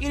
It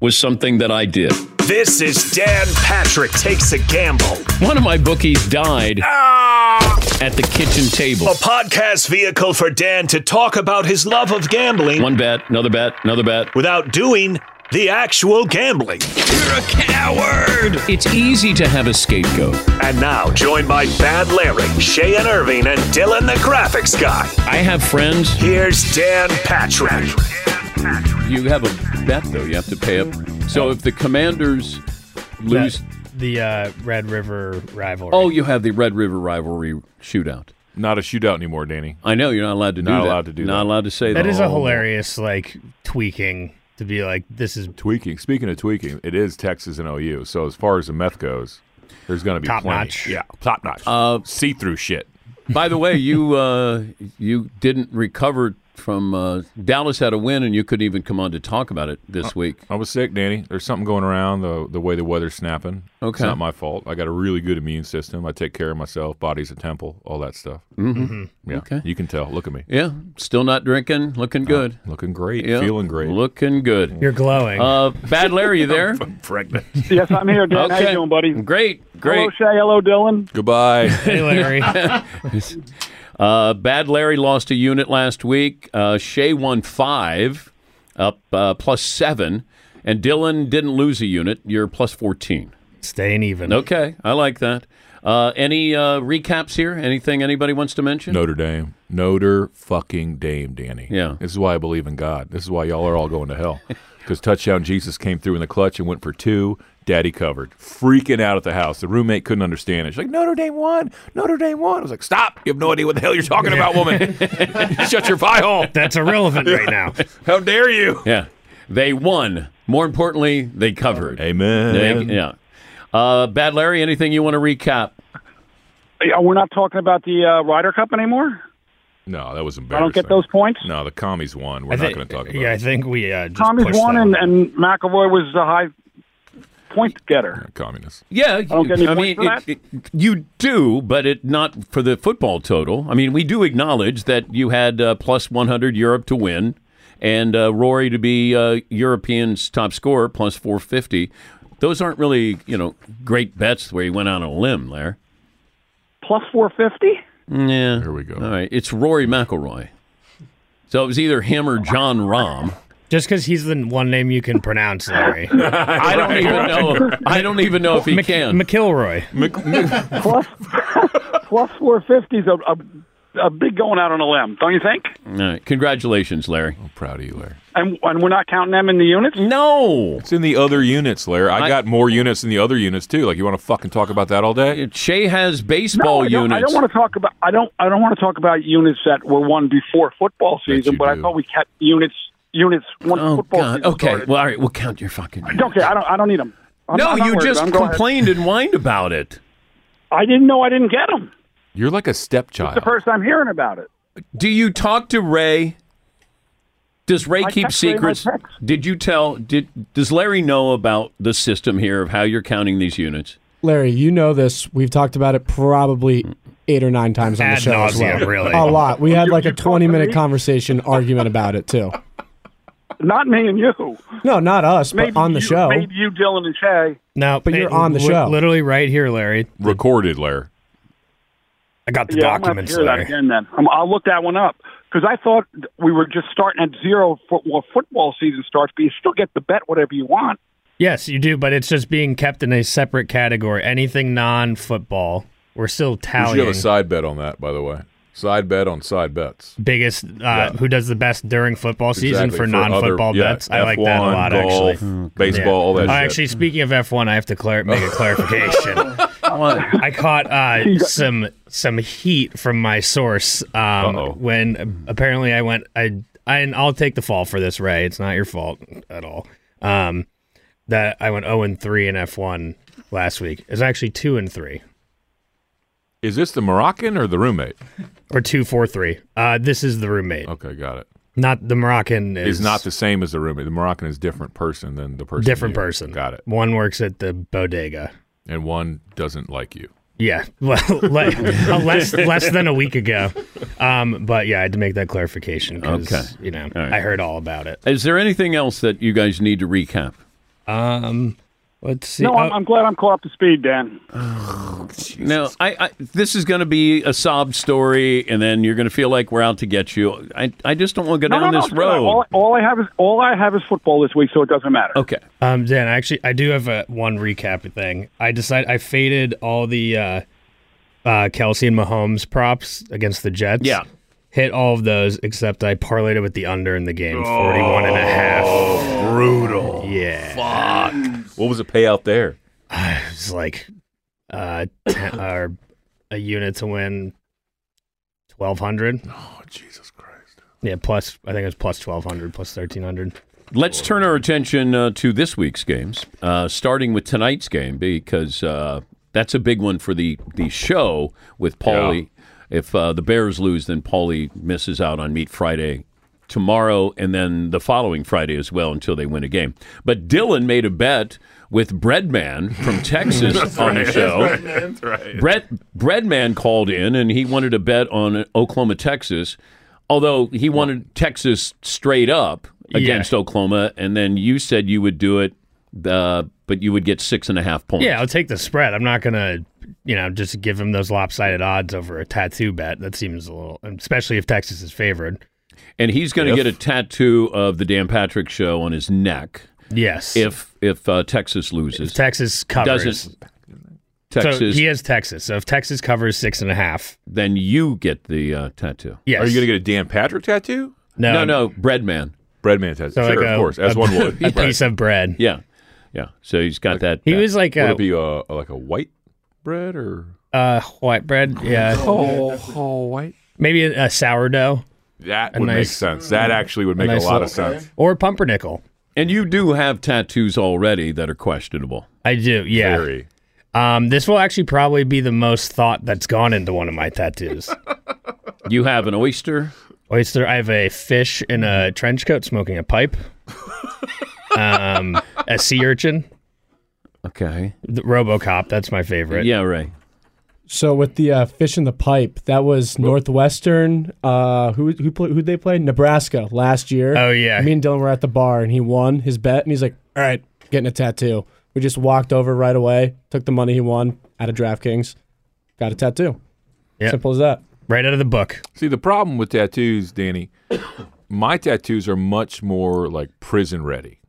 was something that I did. This is Dan Patrick Takes a Gamble, One of my bookies died Ah! at the kitchen table. a podcast vehicle for Dan to talk about his love of gambling One bet, another bet, another bet. without doing the actual gambling. You're a coward! It's easy to have a scapegoat. And now, joined by Bad Larry, Shayan Irving, and Dylan the Graphics Guy, I have friends. here's Dan Patrick. You have a bet, though. You have to pay up. So if the commanders lose. the uh, Red River rivalry. Oh, you have the Red River rivalry shootout. Not a shootout anymore, Danny. I know you're not allowed to do Not that. allowed to do Not that. allowed to say that. that is a Oh. hilarious like tweaking to be like this is Tweaking. Speaking of tweaking, it is Texas and OU. So as far as the meth goes, there's going to be Top plenty. notch. Yeah, top notch. Uh, See through shit. By the way, you uh, you didn't recover from uh, Dallas had a win, and you couldn't even come on to talk about it Uh, this week. I was sick, Danny. There's something going around the the way the weather's snapping. It's Okay. not my fault. I got a really good immune system. I take care of myself. Body's a temple. All that stuff. Mm-hmm. Yeah. Okay. You can tell. Look at me. Yeah, still not drinking, looking good. Looking great. Yeah, Feeling great. Looking good. you're glowing. Uh, Bad Larry, you there? pregnant. Yes, I'm here, Dan. How Okay. you doing, buddy? Great, Hello, great. Shay. Hello, Dylan. Goodbye. hey Larry, Uh, Bad Larry lost a unit last week. Uh, Shea won five, up uh, plus seven, and Dylan didn't lose a unit. You're plus fourteen. staying even. Okay, I like that. Uh, any uh, recaps here? Anything anybody wants to mention? Notre Dame. Notre fucking Dame, Danny. Yeah. This is why I believe in God. This is why y'all are all going to hell. Because touchdown Jesus came through in the clutch and went for two. Daddy covered, freaking out at the house. The roommate couldn't understand it. She's like, Notre Dame won. Notre Dame won. I was like, stop. You have no idea what the hell you're talking about, woman. Shut your pie hole. That's irrelevant right now. How dare you? Yeah, they won. More importantly, they covered. Amen. They- yeah. Uh, Bad Larry, anything you want to recap? Yeah, Uh, We're not talking about the uh, Ryder Cup anymore. No, that was I embarrassing. don't get those points. No, the commies won. We're I not think- going to talk about yeah, I it. think we uh, just Tommy's pushed won, that and, one. and McElroy was the high point getter. Communists. Yeah, I don't get any points for that? you do, but it not for the football total. I mean, we do acknowledge that you had uh, plus 100 Europe to win, and uh, Rory to be uh, European's top scorer plus 450. Those aren't really, you know, great bets where you went out on a limb there. Plus 450? Yeah. Here we go. All right, it's Rory McIlroy. So it was either him or John Rahm. Just because he's the one name you can pronounce, Larry. I don't even know. I don't even know if he Mc- can. McIlroy. Plus 450 is a, a a big going out on a limb, don't you think? All right. Congratulations, Larry. I'm proud of you, Larry. And and we're not counting them in the units. No. It's in the other units, Larry. I, I- got more units than the other units too. Like you want to fucking talk about that all day? Shea has baseball no, I don't, units. I don't want to talk about. I don't. I don't want to talk about units that were won before football season. you But I do. thought we kept units. Units. Once oh, football God. season Okay. started. Well, all right. We'll count your fucking. I don't care. I don't. I don't need them. no, you just complained and whined about it. I didn't know I didn't get them. You're like a It's the stepchild. first time hearing about it. Do you talk to Ray? Does Ray I keep text Ray my secrets? text. Did you tell? Did does Larry know about the system here of how you're counting these units? Larry, you know this. We've talked about it probably eight or nine times on the Ad show as nauseam, well. really. A lot. We had like a you talking 20 to minute me? conversation argument about it too. Not me and you. No, not us, but on the you- show. Maybe you, Dylan and Shay. Now, But you're on the li- show. literally right here, Larry. Recorded, Larry. I got the Yeah, I'm gonna have to documents, hear that Larry. again. Then i I'll look that one up because I thought we were just starting at zero for well, football season starts, but you still get to bet whatever you want. Yes, you do, but it's just being kept in a separate category. Anything non-football, we're still You should tallying have a side bet on that, by the way. Side bet on side bets. biggest uh, who does the best during football season Exactly, for other- non-football yeah, bets. I like that a F1, lot, golf, actually. Baseball, Yeah. all that Uh, shit. Actually, speaking of F1, I have to clar- make a clarification. I caught uh, some some heat from my source um, Uh-oh. when apparently I went. I, I and I'll take the fall for this, Ray. It's not your fault at all. Um, that I went zero and three in F1 last week. It's actually two and three Is this the Moroccan or the roommate? or two four three. Uh, this is the roommate, Okay, got it. not the Moroccan. Is Is Oh. not the same as the roommate. The Moroccan is different person than the person. different here. person. Got it. One works at the bodega. And one doesn't like you. Yeah, well, le- uh, less less than a week ago. Um, but yeah, I had to make that clarification because Okay. you know All right. I heard all about it. Is there anything else that you guys need to recap? Um, let's see. No, I'm, Oh, I'm glad I'm caught up to speed, Dan. No, I, I this is going to be a sob story, and then you're going to feel like we're out to get you. I, I just don't want to go No, down no, no, this it's good. road. All, all I have is all I have is football this week, so it doesn't matter. okay, um, Dan, actually, I do have a one recap thing. I decided I faded all the uh, uh, Kelsey and Mahomes props against the Jets. Yeah. Hit all of those except I parlayed it with the under in the game, 41 and a half. Oh, Brutal. Yeah. What was the payout there? It's like uh, ten, or a unit to win 1200. Oh, Jesus Christ. Yeah, plus I think it was plus twelve hundred, plus thirteen hundred. let's turn our attention uh, to this week's games, uh, starting with tonight's game because uh, that's a big one for the the show with Paulie. If uh, the Bears lose, then Paulie misses out on Meat Friday tomorrow, and then the following Friday as well until they win a game. But Dylan made a bet with Breadman from Texas on the show. That's right. Brett Breadman called in and he wanted a bet on Oklahoma, Texas. Although he wanted Texas straight up against Oklahoma, and then you said you would do it, uh, but you would get six and a half points. Yeah, I'll take the spread. I'm not gonna, you know, just give him those lopsided odds over a tattoo bet. That seems a little, especially if Texas is favored. and he's going to If- get a tattoo of the Dan Patrick Show on his neck Yes, if if uh, Texas loses. Texas covers, Doesn't Texas, so he has Texas. So if Texas covers six and a half, then you get the uh, tattoo. yes, Are you going to get a Dan Patrick tattoo? no, no, no, Breadman. Breadman tattoo. So sure, like a, of course, as a- one would. a piece of bread. Yeah, yeah. So he's got that. He that- was like Would a it be a, like a white bread or uh, white bread. Yeah, oh, white? maybe a, a sourdough That A would make nice- sense. That actually would make nice a lot little- of sense. or pumpernickel. And you do have tattoos already that are questionable. I do. Yeah. Very. Um, this will actually probably be the most thought that's gone into one of my tattoos. You have an oyster. Oyster, I have a fish in a trench coat smoking a pipe. um, a sea urchin, Okay. the RoboCop. That's my favorite. Yeah, right. So with the uh, fish in the pipe, that was Northwestern. Uh, who who play, who they played? Nebraska last year. Oh, yeah. Me and Dylan were at the bar, and he won his bet, and he's like, "All right, getting a tattoo." We just walked over right away, took the money he won out of DraftKings, got a tattoo. Yeah. Simple as that. Right out of the book. See, the problem with tattoos, Danny, my tattoos are much more like prison ready,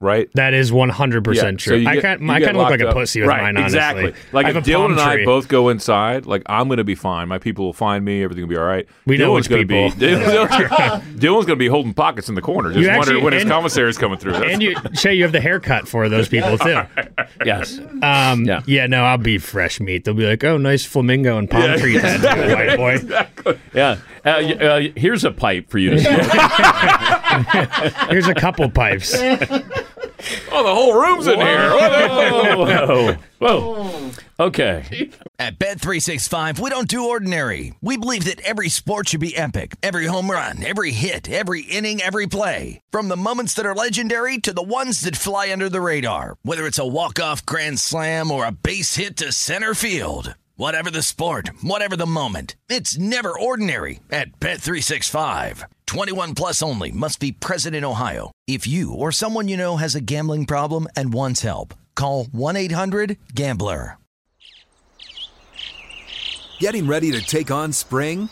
right? That is 100% Yeah, so true. you I get- kind you I get kind of look like locked a up. pussy with right, mine, honestly. Exactly. Like I have if a Dylan palm and I tree. both go inside, like I'm gonna be fine. My people will find me. Everything will be all right. We know Dylan's which gonna be people. Dylan's, Dylan's gonna be holding pockets in the corner, just You actually- wondering when his and- commissary is coming through. That's- And you, Shay, you have the haircut for those people too. yes. Um, yeah. no, I'll be fresh meat. They'll be like, oh, nice flamingo and palm Yeah, tree tattoo, exactly. white boy. Yeah. Uh, y- uh, here's a pipe for you to smoke. Here's a couple pipes. Oh, the whole room's in here. Oh, Whoa. Oh. Whoa. Okay. At Bet365, we don't do ordinary. We believe that every sport should be epic. Every home run, every hit, every inning, every play. From the moments that are legendary to the ones that fly under the radar. Whether it's a walk-off grand slam or a base hit to center field. Whatever the sport, whatever the moment, it's never ordinary at Bet365. 21 plus only must be present in Ohio. If you or someone you know has a gambling problem and wants help, call 1-800-GAMBLER. Getting ready to take on spring?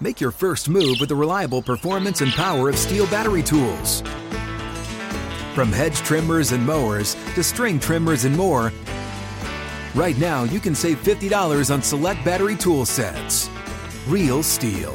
Make your first move with the reliable performance and power of steel battery tools. From hedge trimmers and mowers to string trimmers and more, right now you can save $50 on select battery tool sets. Real steel.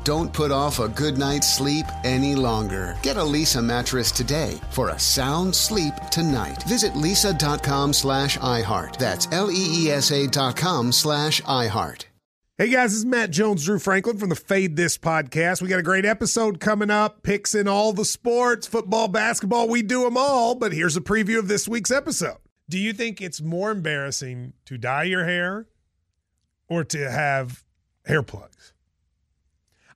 Don't put off a good night's sleep any longer. Get a Lisa mattress today for a sound sleep tonight. Visit lisa.com slash iHeart. That's L E E S A dot com slash iHeart. Hey guys, this is Matt Jones, Drew Franklin from the Fade This podcast. We got a great episode coming up. Picks in all the sports, football, basketball, we do them all. But here's a preview of this week's episode. Do you think it's more embarrassing to dye your hair or to have hair plugs?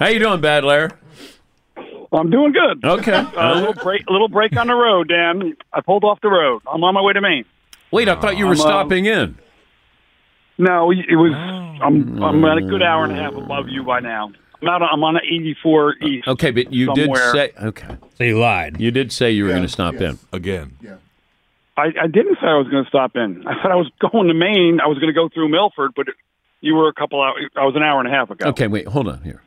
How you doing, Bad Lair? I'm doing good. Okay. A little break, little break on the road, Dan. I pulled off the road. I'm on my way to Maine. Wait, I thought you were I'm, uh, stopping in. No, it was. I'm I'm at a good hour and a half above you by now. I'm out. on- I'm on an 84 east. Okay, but you somewhere. did say okay. So you lied. You did say you were going to stop in again. I, I didn't say I was going to stop in. I said I was going to Maine. I was going to go through Milford, but you were a couple hours. I was an hour and a half ago. Okay, wait, hold on here.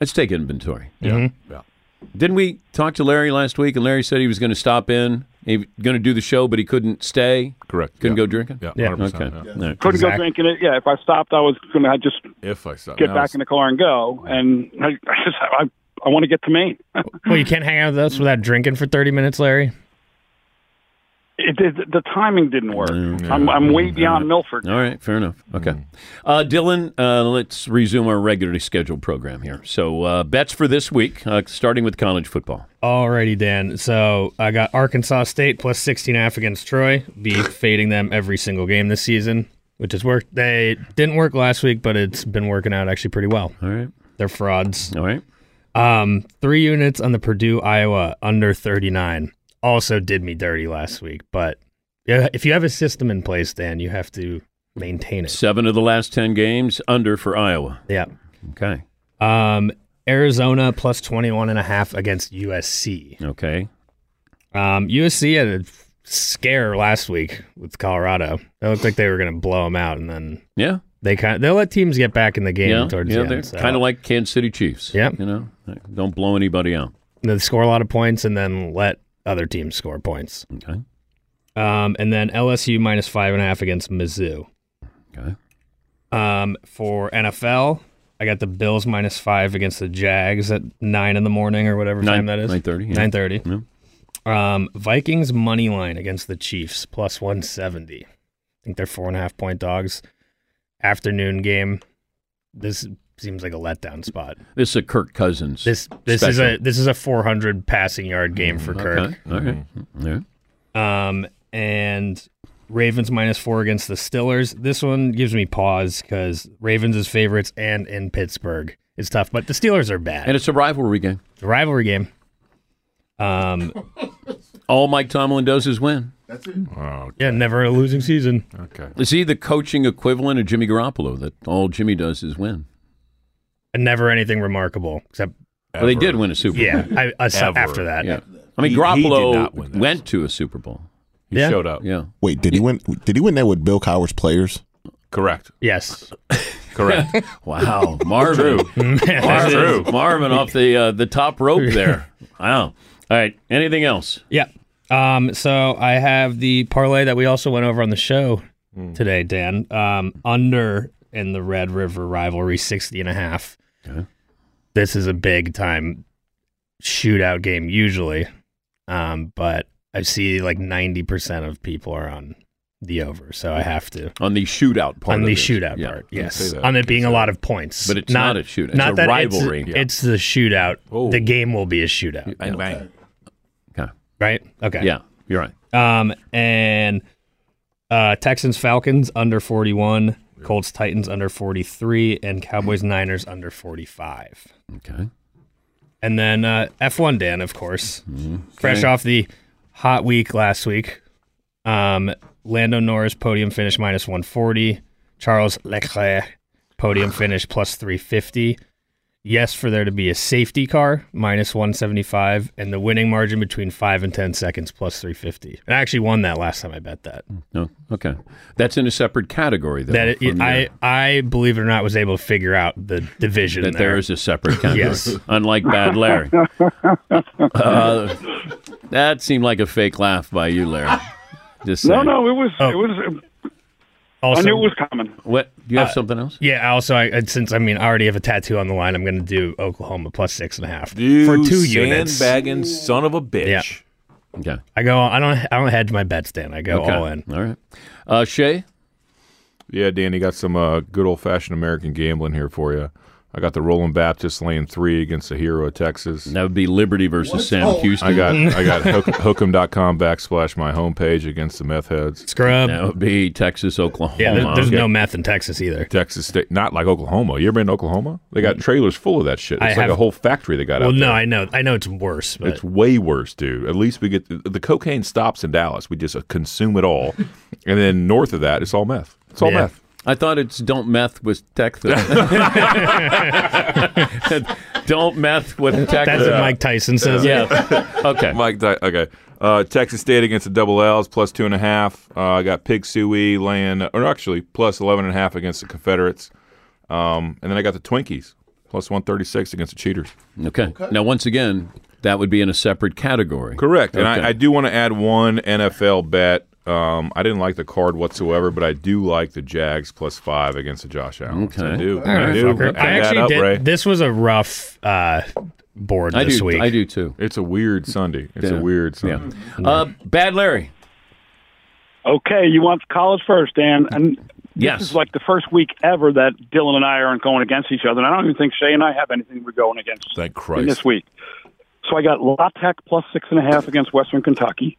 Let's take inventory. Yeah. Didn't we talk to Larry last week? And Larry said he was going to stop in. He was going to do the show, but he couldn't stay. Correct. Couldn't go drinking. Yeah. Okay. 100%, All right. Couldn't go drinking it. Yeah, if I stopped, I was going to just if I stopped, get now back it's- in the car and go. And I, I just I I want to get to Maine. Well, you can't hang out with us without drinking for 30 minutes, Larry. It did, the timing didn't work. I'm, I'm way beyond Milford. All right, fair enough. Okay. Mm. Uh, Dylan, uh, let's resume our regularly scheduled program here. So, uh, bets for this week, uh, starting with college football. Alrighty, Dan. So I got Arkansas State plus 16 and a half against Troy. Be fading them every single game this season, which has worked. They didn't work last week, but it's been working out actually pretty well. All right. They're frauds. All right. Um, three units on the Purdue Iowa under 39. Also did me dirty last week, but yeah, if you have a system in place, Dan, you have to maintain it. Seven of the last 10 games under for Iowa. Yeah. Okay. Um, Arizona plus 21 and a half against USC. Okay. Um, USC had a scare last week with Colorado. It looked like they were going to blow them out, and then Yeah. they kind of, they'll let teams get back in the game towards the they're end. So. kind of like Kansas City Chiefs. Yeah. You know, don't blow anybody out. they score a lot of points and then let other teams score points. Okay. Um, and then LSU minus five and a half against Mizzou. Okay. Um, for NFL, I got the Bills minus five against the Jags at nine in the morning or whatever Nine- time that is. 9:30, yeah. Nine thirty. Um, Vikings money line against the Chiefs plus one seventy. I think they're four and a half point dogs. Afternoon game. This seems like a letdown spot. This is a Kirk Cousins. This This special. Mm, is a this is a 400 passing yard game for Kirk. Mm-hmm. Okay. All right. Yeah. Um, and Ravens minus four against the Stillers. This one gives me pause because Ravens is favorites and in Pittsburgh. It's tough, but the Steelers are bad. And it's a rivalry game. It's a rivalry game. Um, All Mike Tomlin does is win. That's it. Yeah, never a losing season. Okay. Is he the coaching equivalent of Jimmy Garoppolo that all Jimmy does is win? And never anything remarkable except Well, they did win a Super Bowl. Yeah, I, I saw Ever. after that. Yeah. I mean, Garoppolo went to a Super Bowl. He Yeah. showed up. Yeah. Wait, did he win? Did he win that with Bill Cowher's players? Correct. Yes. Correct. wow, Marvin. True. Marvin, True. Marvin off the uh, the top rope there. Wow. All right. Anything else? Yeah. Um, so I have the parlay that we also went over on the show Hmm. today, Dan. Um, under in the Red River rivalry, 60 and a half. Uh-huh. This is a big time shootout game usually. Um, but I see like 90% of people are on the over. So I have to. On the shootout part. on the of it. shootout Yeah. part, You say yes. that. On it being a lot of points. But it's not a shootout. It's a that rivalry. It's, Yeah. it's the shootout. The game will be a shootout. Okay. Right? Okay. Yeah. You're right. Um, and uh, Texans Falcons under 41, Colts Titans under 43, and Cowboys Niners under 45. Okay. And then uh, F1 Dan, of course, fresh Mm-hmm. Okay. off the hot week last week. Um, Lando Norris podium finish minus 140. Charles Leclerc podium finish plus 350. Yes, for there to be a safety car minus 175, and the winning margin between five and 10 seconds plus 350. And I actually won that last time I bet that. No. Okay. That's in a separate category, though. that it, from I, your- I, believe it or not, was able to figure out the division. that there there is a separate category. Yes. Unlike Bad Larry. Uh, that seemed like a fake laugh by you, Larry. Just No, saying. no, it was it was. Also- I knew it was coming. What? Do you have Uh, something else? Yeah. Also, I, and since I mean, I already have a tattoo on the line. I'm going to do Oklahoma plus six and a half You for two units. sandbagging son of a bitch. Yeah. Okay. I go. I don't. I don't hedge my bets, Dan. I go Okay. all in. All right. Uh, Shay? Yeah, Danny, got some uh, good old fashioned American gambling here for you. I got the Roland Baptist laying three against the Hero of Texas. That would be Liberty versus Sam Oh. Houston. I got I got hook, hookem.com backslash my homepage against the meth heads. Scrub. That would be Texas, Oklahoma. Yeah, there- there's no meth in Texas either. Texas State, not like Oklahoma. You ever been to Oklahoma? They got trailers full of that shit. It's Mm. I like a have- whole factory they got well, out no, there. I know. I know it's worse, but It's way worse, dude. At least we get the, the cocaine stops in Dallas. We just uh, consume it all, and then north of that, it's all meth. It's all meth. I thought it's don't meth with Texas. don't meth with Texas. That's what Mike Tyson says. Yeah. okay. Mike. Dy- okay. Uh, Texas State against the double L's plus two and a half. Uh, I got Pig Suey laying, or actually plus eleven and a half against the Confederates. Um, and then I got the Twinkies plus one thirty six against the Cheaters. Okay. Now, once again, that would be in a separate category. Correct. And Okay. I, I do want to add one NFL bet. Um, I didn't like the card whatsoever, but I do like the Jags plus five against the Josh Allen. I do. All right, I do. fucker. Add I that actually up, did. Ray. This was a rough uh, board this week. do too. It's a weird Sunday. It's Yeah. a weird Sunday. Uh, Bad Larry. Okay, you want college first, Dan. And yes. this is like the first week ever that Dylan and I aren't going against each other. And I don't even think Shay and I have anything we're going against Thank in Christ. this week. So I got La Tech plus six and a half against Western Kentucky.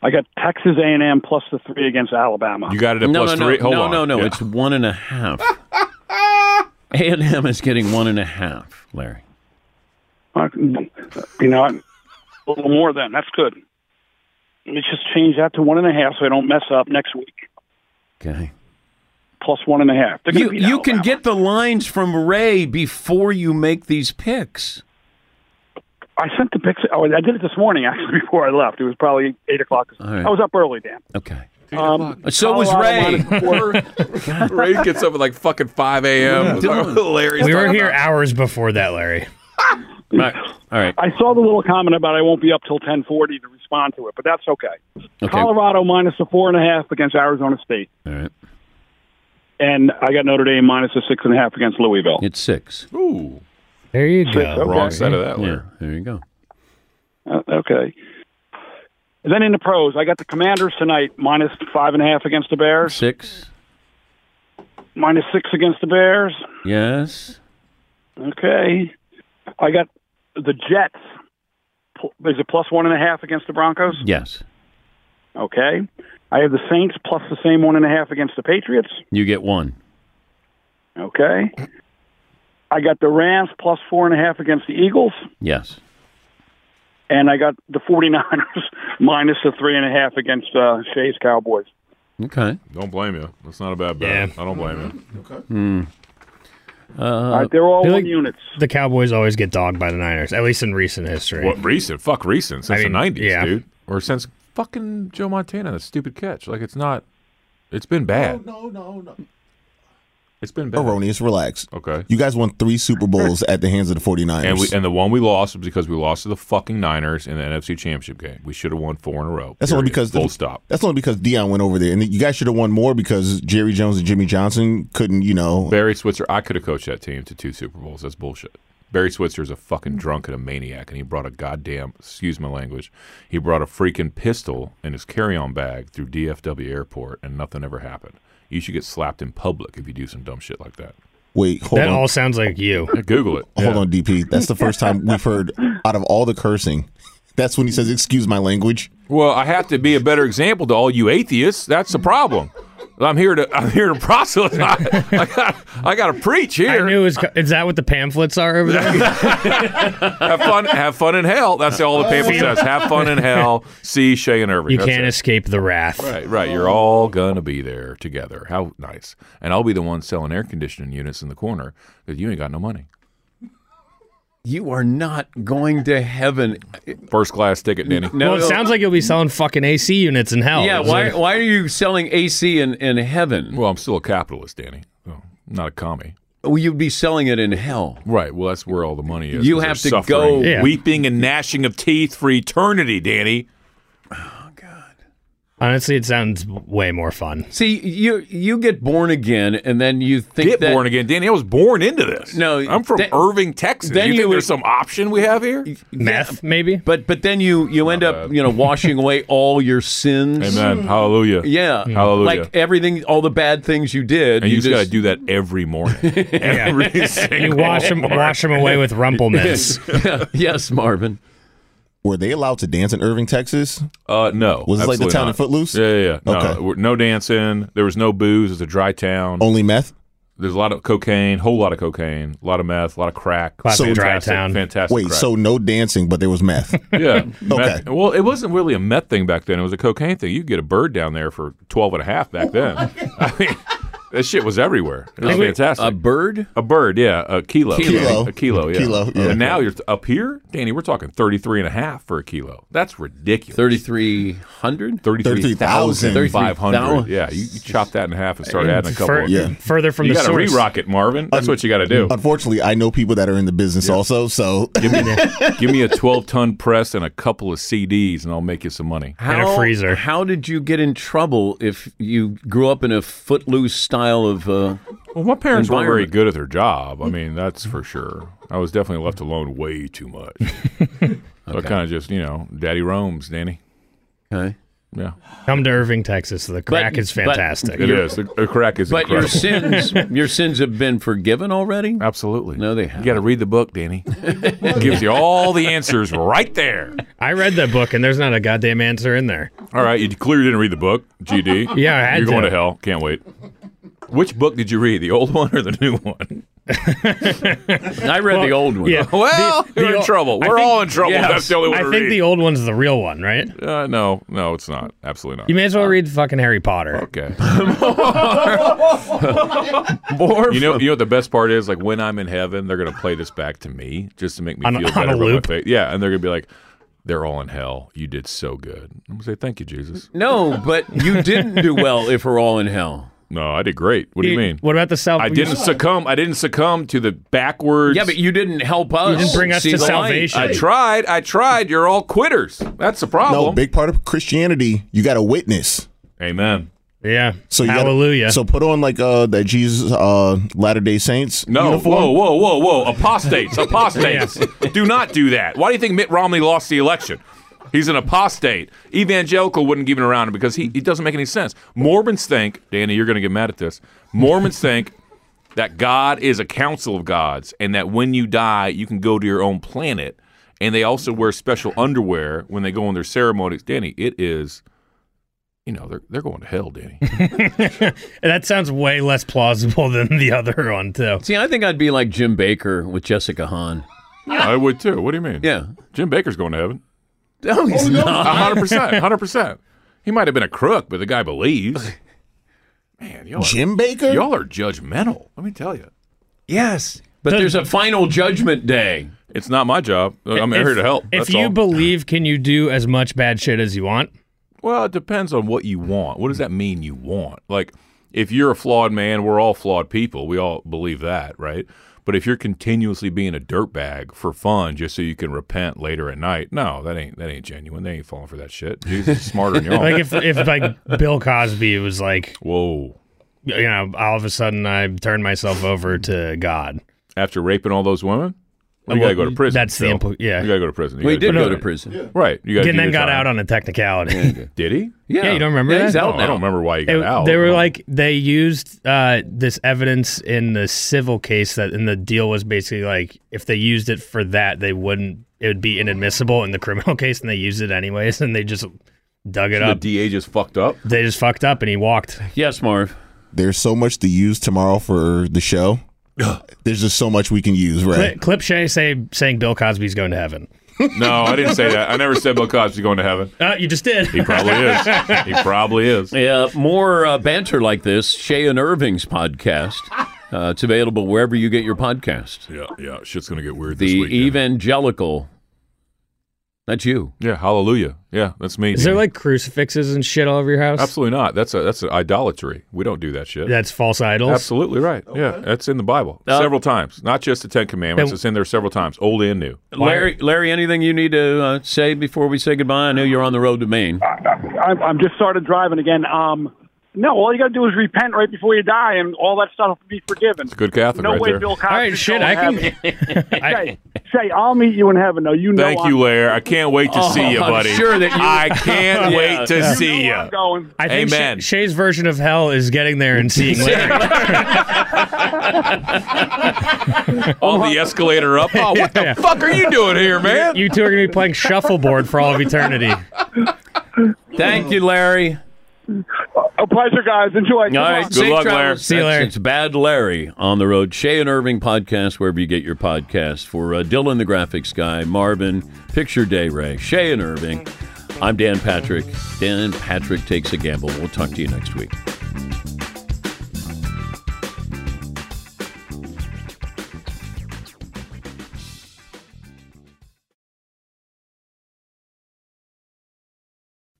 I got Texas A and M plus the three against Alabama. You got it at no, plus no, three. No, Hold no, on. no, no. Yeah. It's one and a half. A and M is getting one and a half, Larry. Uh, You know, a little more then. That's good. Let's just change that to one and a half so I don't mess up next week. Okay. Plus one and a half. They're gonna You beat you can get the lines from Ray before you make these picks. I sent the picture. Oh, I did it this morning actually before I left. It was probably eight o'clock. All right. I was up early, Dan. Okay. Um, So was Colorado Ray. minus four. Ray gets up at like fucking 5 a.m. It's like, hilarious. We were here hours before that, Larry. All right. I saw the little comment about I won't be up till ten forty to respond to it, but that's okay. Colorado minus a four and a half against Arizona State, All right. and I got Notre Dame minus a six and a half against Louisville. It's six. Ooh. There you Six, go. okay. Wrong side of that. Yeah. There you go. Uh, okay. And then in the pros, I got the Commanders tonight minus five and a half against the Bears, Six. minus six against the Bears. Yes. Okay. I got the Jets. Pl- Is it plus one and a half against the Broncos? Yes. Okay. I have the Saints plus the same one and a half against the Patriots. You get one. Okay. I got the Rams plus four and a half against the Eagles. Yes. And I got the 49ers minus the three and a half against uh, Shay's Cowboys. Okay. Don't blame you. That's not a bad bet. I don't blame you. Hmm. Uh, they're all one units. The Cowboys always get dogged by the Niners, at least in recent history. What recent? Fuck recent. Since I mean, the 90s, yeah. dude. Or since fucking Joe Montana, that stupid catch. Like, it's not, it's been bad. No, no, no. It's been bad. Erroneous, relax. Okay. You guys won three Super Bowls at the hands of the 49ers. And, we, and the one we lost was because we lost to the fucking Niners in the NFC Championship game. We should have won four in a row. that's only period. because full the, stop. That's only because Dion went over there, and you guys should have won more because Jerry Jones and Jimmy Johnson couldn't, you know. Barry Switzer, I could have coached that team to two Super Bowls. That's bullshit. Barry Switzer is a fucking Mm. drunk and a maniac, and he brought a goddamn, excuse my language, he brought a freaking pistol in his carry on bag through DFW airport, and nothing ever happened. You should get slapped in public if you do some dumb shit like that. Wait, hold that on. all sounds like you. Google it. Hold on, DP. That's the first time we've heard out of all the cursing. That's when he says, "Excuse my language." Well, I have to be a better example to all you atheists. That's the problem. I'm here to I'm here to proselytize. I, got, I got to preach here. I knew it was, is that what the pamphlets are over there? have fun. Have fun in hell. That's all the paper says. Have fun in hell. See Shay and Irving. you That's can't it. escape the wrath. Right, right. Um, You're all gonna be there together. How nice. And I'll be the one selling air conditioning units in the corner because you ain't got no money. You are not going to heaven. First class ticket, Mm, Danny. well, it sounds like you'll be selling fucking AC units in hell. Yeah, Is why, it- why are you selling AC in, in heaven? Well, I'm still a capitalist, Danny. not a commie. Well, you'd be selling it in hell. Right. Well, that's where all the money is. You is have to their go suffering, weeping and gnashing of teeth for eternity, Danny. Honestly, it sounds way more fun. See, you you get born again, and then you think Get that, born again, Danny. I was born into this. No, I'm from that- Irving, Texas. then you, you think would- Mm. there's some option we have here? Meth, maybe. But but then you you end up you know washing away all your sins. Amen. Hallelujah. Yeah. Hallelujah. Like everything, all the bad things you did. and you, just got to do that every morning. every You single wash them, morning. wash them away with rumplements. yes, Marvin. Were they allowed to dance in Irving, Texas? Uh, no. Was it like the absolutely town not. in Footloose? Yeah, yeah, yeah. Okay. No, we're- no dancing. There was no booze. It was a dry town. Only meth. There's a lot of cocaine, whole lot of cocaine, a lot of meth, a lot of crack. fantastic, Fantastic. Wait, crack. so no dancing, but there was meth. Yeah. Meth- Well, it wasn't really a meth thing back then. It was a cocaine thing. You could get a bird down there for 12 and a half back then. I mean, that shit was everywhere. It was Wait, wait, fantastic. a bird? A bird, yeah. A kilo. Kilo. Danny. A kilo, yeah. Kilo, yeah. And now you're up here, Danny, we're talking 33 and a half for a kilo. That's ridiculous. 3,300? 33,000. 33,000. Yeah, you, you chop that in half and start adding a couple. Fur- of them. yeah. Further from you the gotta source. re-rock it, Marvin. That's what you got to do. Unfortunately, I know people that are in the business also, so Give me, give me a 12-ton press and a couple of CDs, and I'll make you some money. freezer. How did you get in trouble if you grew up in a footloose style of? Uh, Well, my parents weren't very environment? good at their job. I mean, that's for sure. I was definitely left alone way too much. So I kind of just, you know, daddy roams, Danny. Okay. Yeah. Come to Irving, Texas. The crack is but- fantastic. It is. The, the crack is But your incredible. sins, your sins have been forgiven already. Absolutely. No, they have. You got to read the book, Danny. It gives you all the answers right there. I read that book, and there's not a goddamn answer in there. All right, you clearly didn't read the book, GD. Yeah, I had You're going to. to hell. Can't wait. Which book did you read? The old one or the new one? I read the old one. Well, The- you're the in ol- trouble. I We're think- all in trouble. yes. That's the only one I to think read. the old one's the real one, right? Uh, no, no, it's not. Absolutely not. You may as well read fucking Harry Potter. Okay. More you know, you know what the best part is? Like when I'm in heaven, they're gonna play this back to me just to make me On- feel on better a about my loop? faith. Yeah, and they're gonna be like, "They're all in hell. You did so good." I'm gonna say, "Thank you, Jesus." No, but you didn't do well if we're all in hell. No, I did great. What do you You- mean? What about the self? I didn't succumb. I didn't succumb to the backwards. Yeah, but you didn't help us. didn't bring us see to the light. salvation. I tried. I tried. You're all quitters. That's the problem. No, big part of Christianity, you got to witness. Amen. Yeah. So you gotta- Hallelujah. so put on like uh that Jesus uh Latter Day Saints. No, uniform. whoa, whoa, whoa, whoa. Apostates, apostates. Do not do that. Why do you think Mitt Romney lost the election? He's an apostate. Evangelical wouldn't give it around him because he, it doesn't make any sense. Mormons think, Danny, you're going to get mad at this. Mormons think that God is a council of gods and that when you die, you can go to your own planet. And they also wear special underwear when they go on their ceremonies. Danny, it is, you know, they're, they're going to hell, Danny. That sounds way less plausible than the other one too. See, I think I'd be like Jim Baker with Jessica Hahn. I would too. What do you mean? Yeah. Jim Baker's going to heaven. No, he's Oh, A not. hundred percent, a hundred percent. He might have been a crook, but the guy believes. Man, y'all Jim are, Baker? Y'all are judgmental. Let me tell you. Yes, but there's a final judgment day. It's not my job. I'm If- here to help. If That's you all. believe, can you do as much bad shit as you want? well, it depends on what you want. What does that mean? You want like if you're a flawed man, we're all flawed people. We all believe that, right? But if you're continuously being a dirtbag for fun just so you can repent later at night, no, that ain't that ain't genuine. They ain't falling for that shit. Jesus is smarter than y'all. like if if like Bill Cosby was like, whoa, you know, all of a sudden I turned myself over to God. after raping all those women, well, you Well, gotta go to prison. that's the Phil. impl- yeah. You gotta go to prison. You Well, he gotta did do go that. to prison. Right. You gotta and do then your got time. out on a technicality. Did he? Yeah, you don't remember Yeah, he's that? out No, now. I don't remember why he got It- out. They were like they used uh, this evidence in the civil case that, and the deal was basically like if they used it for that, they wouldn't. It would be inadmissible in the criminal case, and they used it anyways, and they just dug it the up. DA just fucked up. they just fucked up, and he walked. Yes, Marv. There's so much to use tomorrow for the show. There's just so much we can use, right? Clip, Clip Shay say saying Bill Cosby's going to heaven. No, I didn't say that. I never said Bill Cosby's going to heaven. Uh, you just did. He probably is. He probably is. Yeah, more uh, banter like this. Shay and Irving's podcast. Uh, it's available wherever you get your podcast. Yeah, yeah. Shit's gonna get weird. The evangelical. That's you. Yeah. Hallelujah. Yeah, that's me. Is there like crucifixes and shit all over your house? Absolutely not. That's a that's an idolatry. We don't do that shit. That's false idols. Absolutely right. Yeah, that's in the Bible Uh, several times. Not just the Ten Commandments. Then- it's in there several times, old and new. Larry, Larry, anything you need to uh, say before we say goodbye? I know you're on the road to Maine. I'm, I'm just started driving again. Um, no, all you got to do is repent right before you die, and all that stuff will be forgiven. It's good Catholic no right way there. Bill Cosby. All right, shit. I can. Shay, Shay, I'll meet you in heaven. Though you know. Thank I'm, you, Larry. I can't wait to see you, Oh, I'm buddy. sure that you- I can't Yeah. wait to You know see you. I'm going. I think Amen. Shay, Shay's version of hell is getting there and seeing Larry. Oh, All the escalator up. Oh, what the fuck are you doing here, man? You two are gonna be playing shuffleboard for all of eternity. Thank you, Larry. A pleasure, guys. Enjoy. All right, Good safe luck. travels. Larry. See you, That's- Larry. It's Bad Larry on the road. Shay and Irving podcast, wherever you get your podcast. For uh, Dylan, the graphics guy, Marvin, Picture Day Ray, Shay and Irving. I'm Dan Patrick. Dan Patrick takes a gamble. We'll talk to you next week.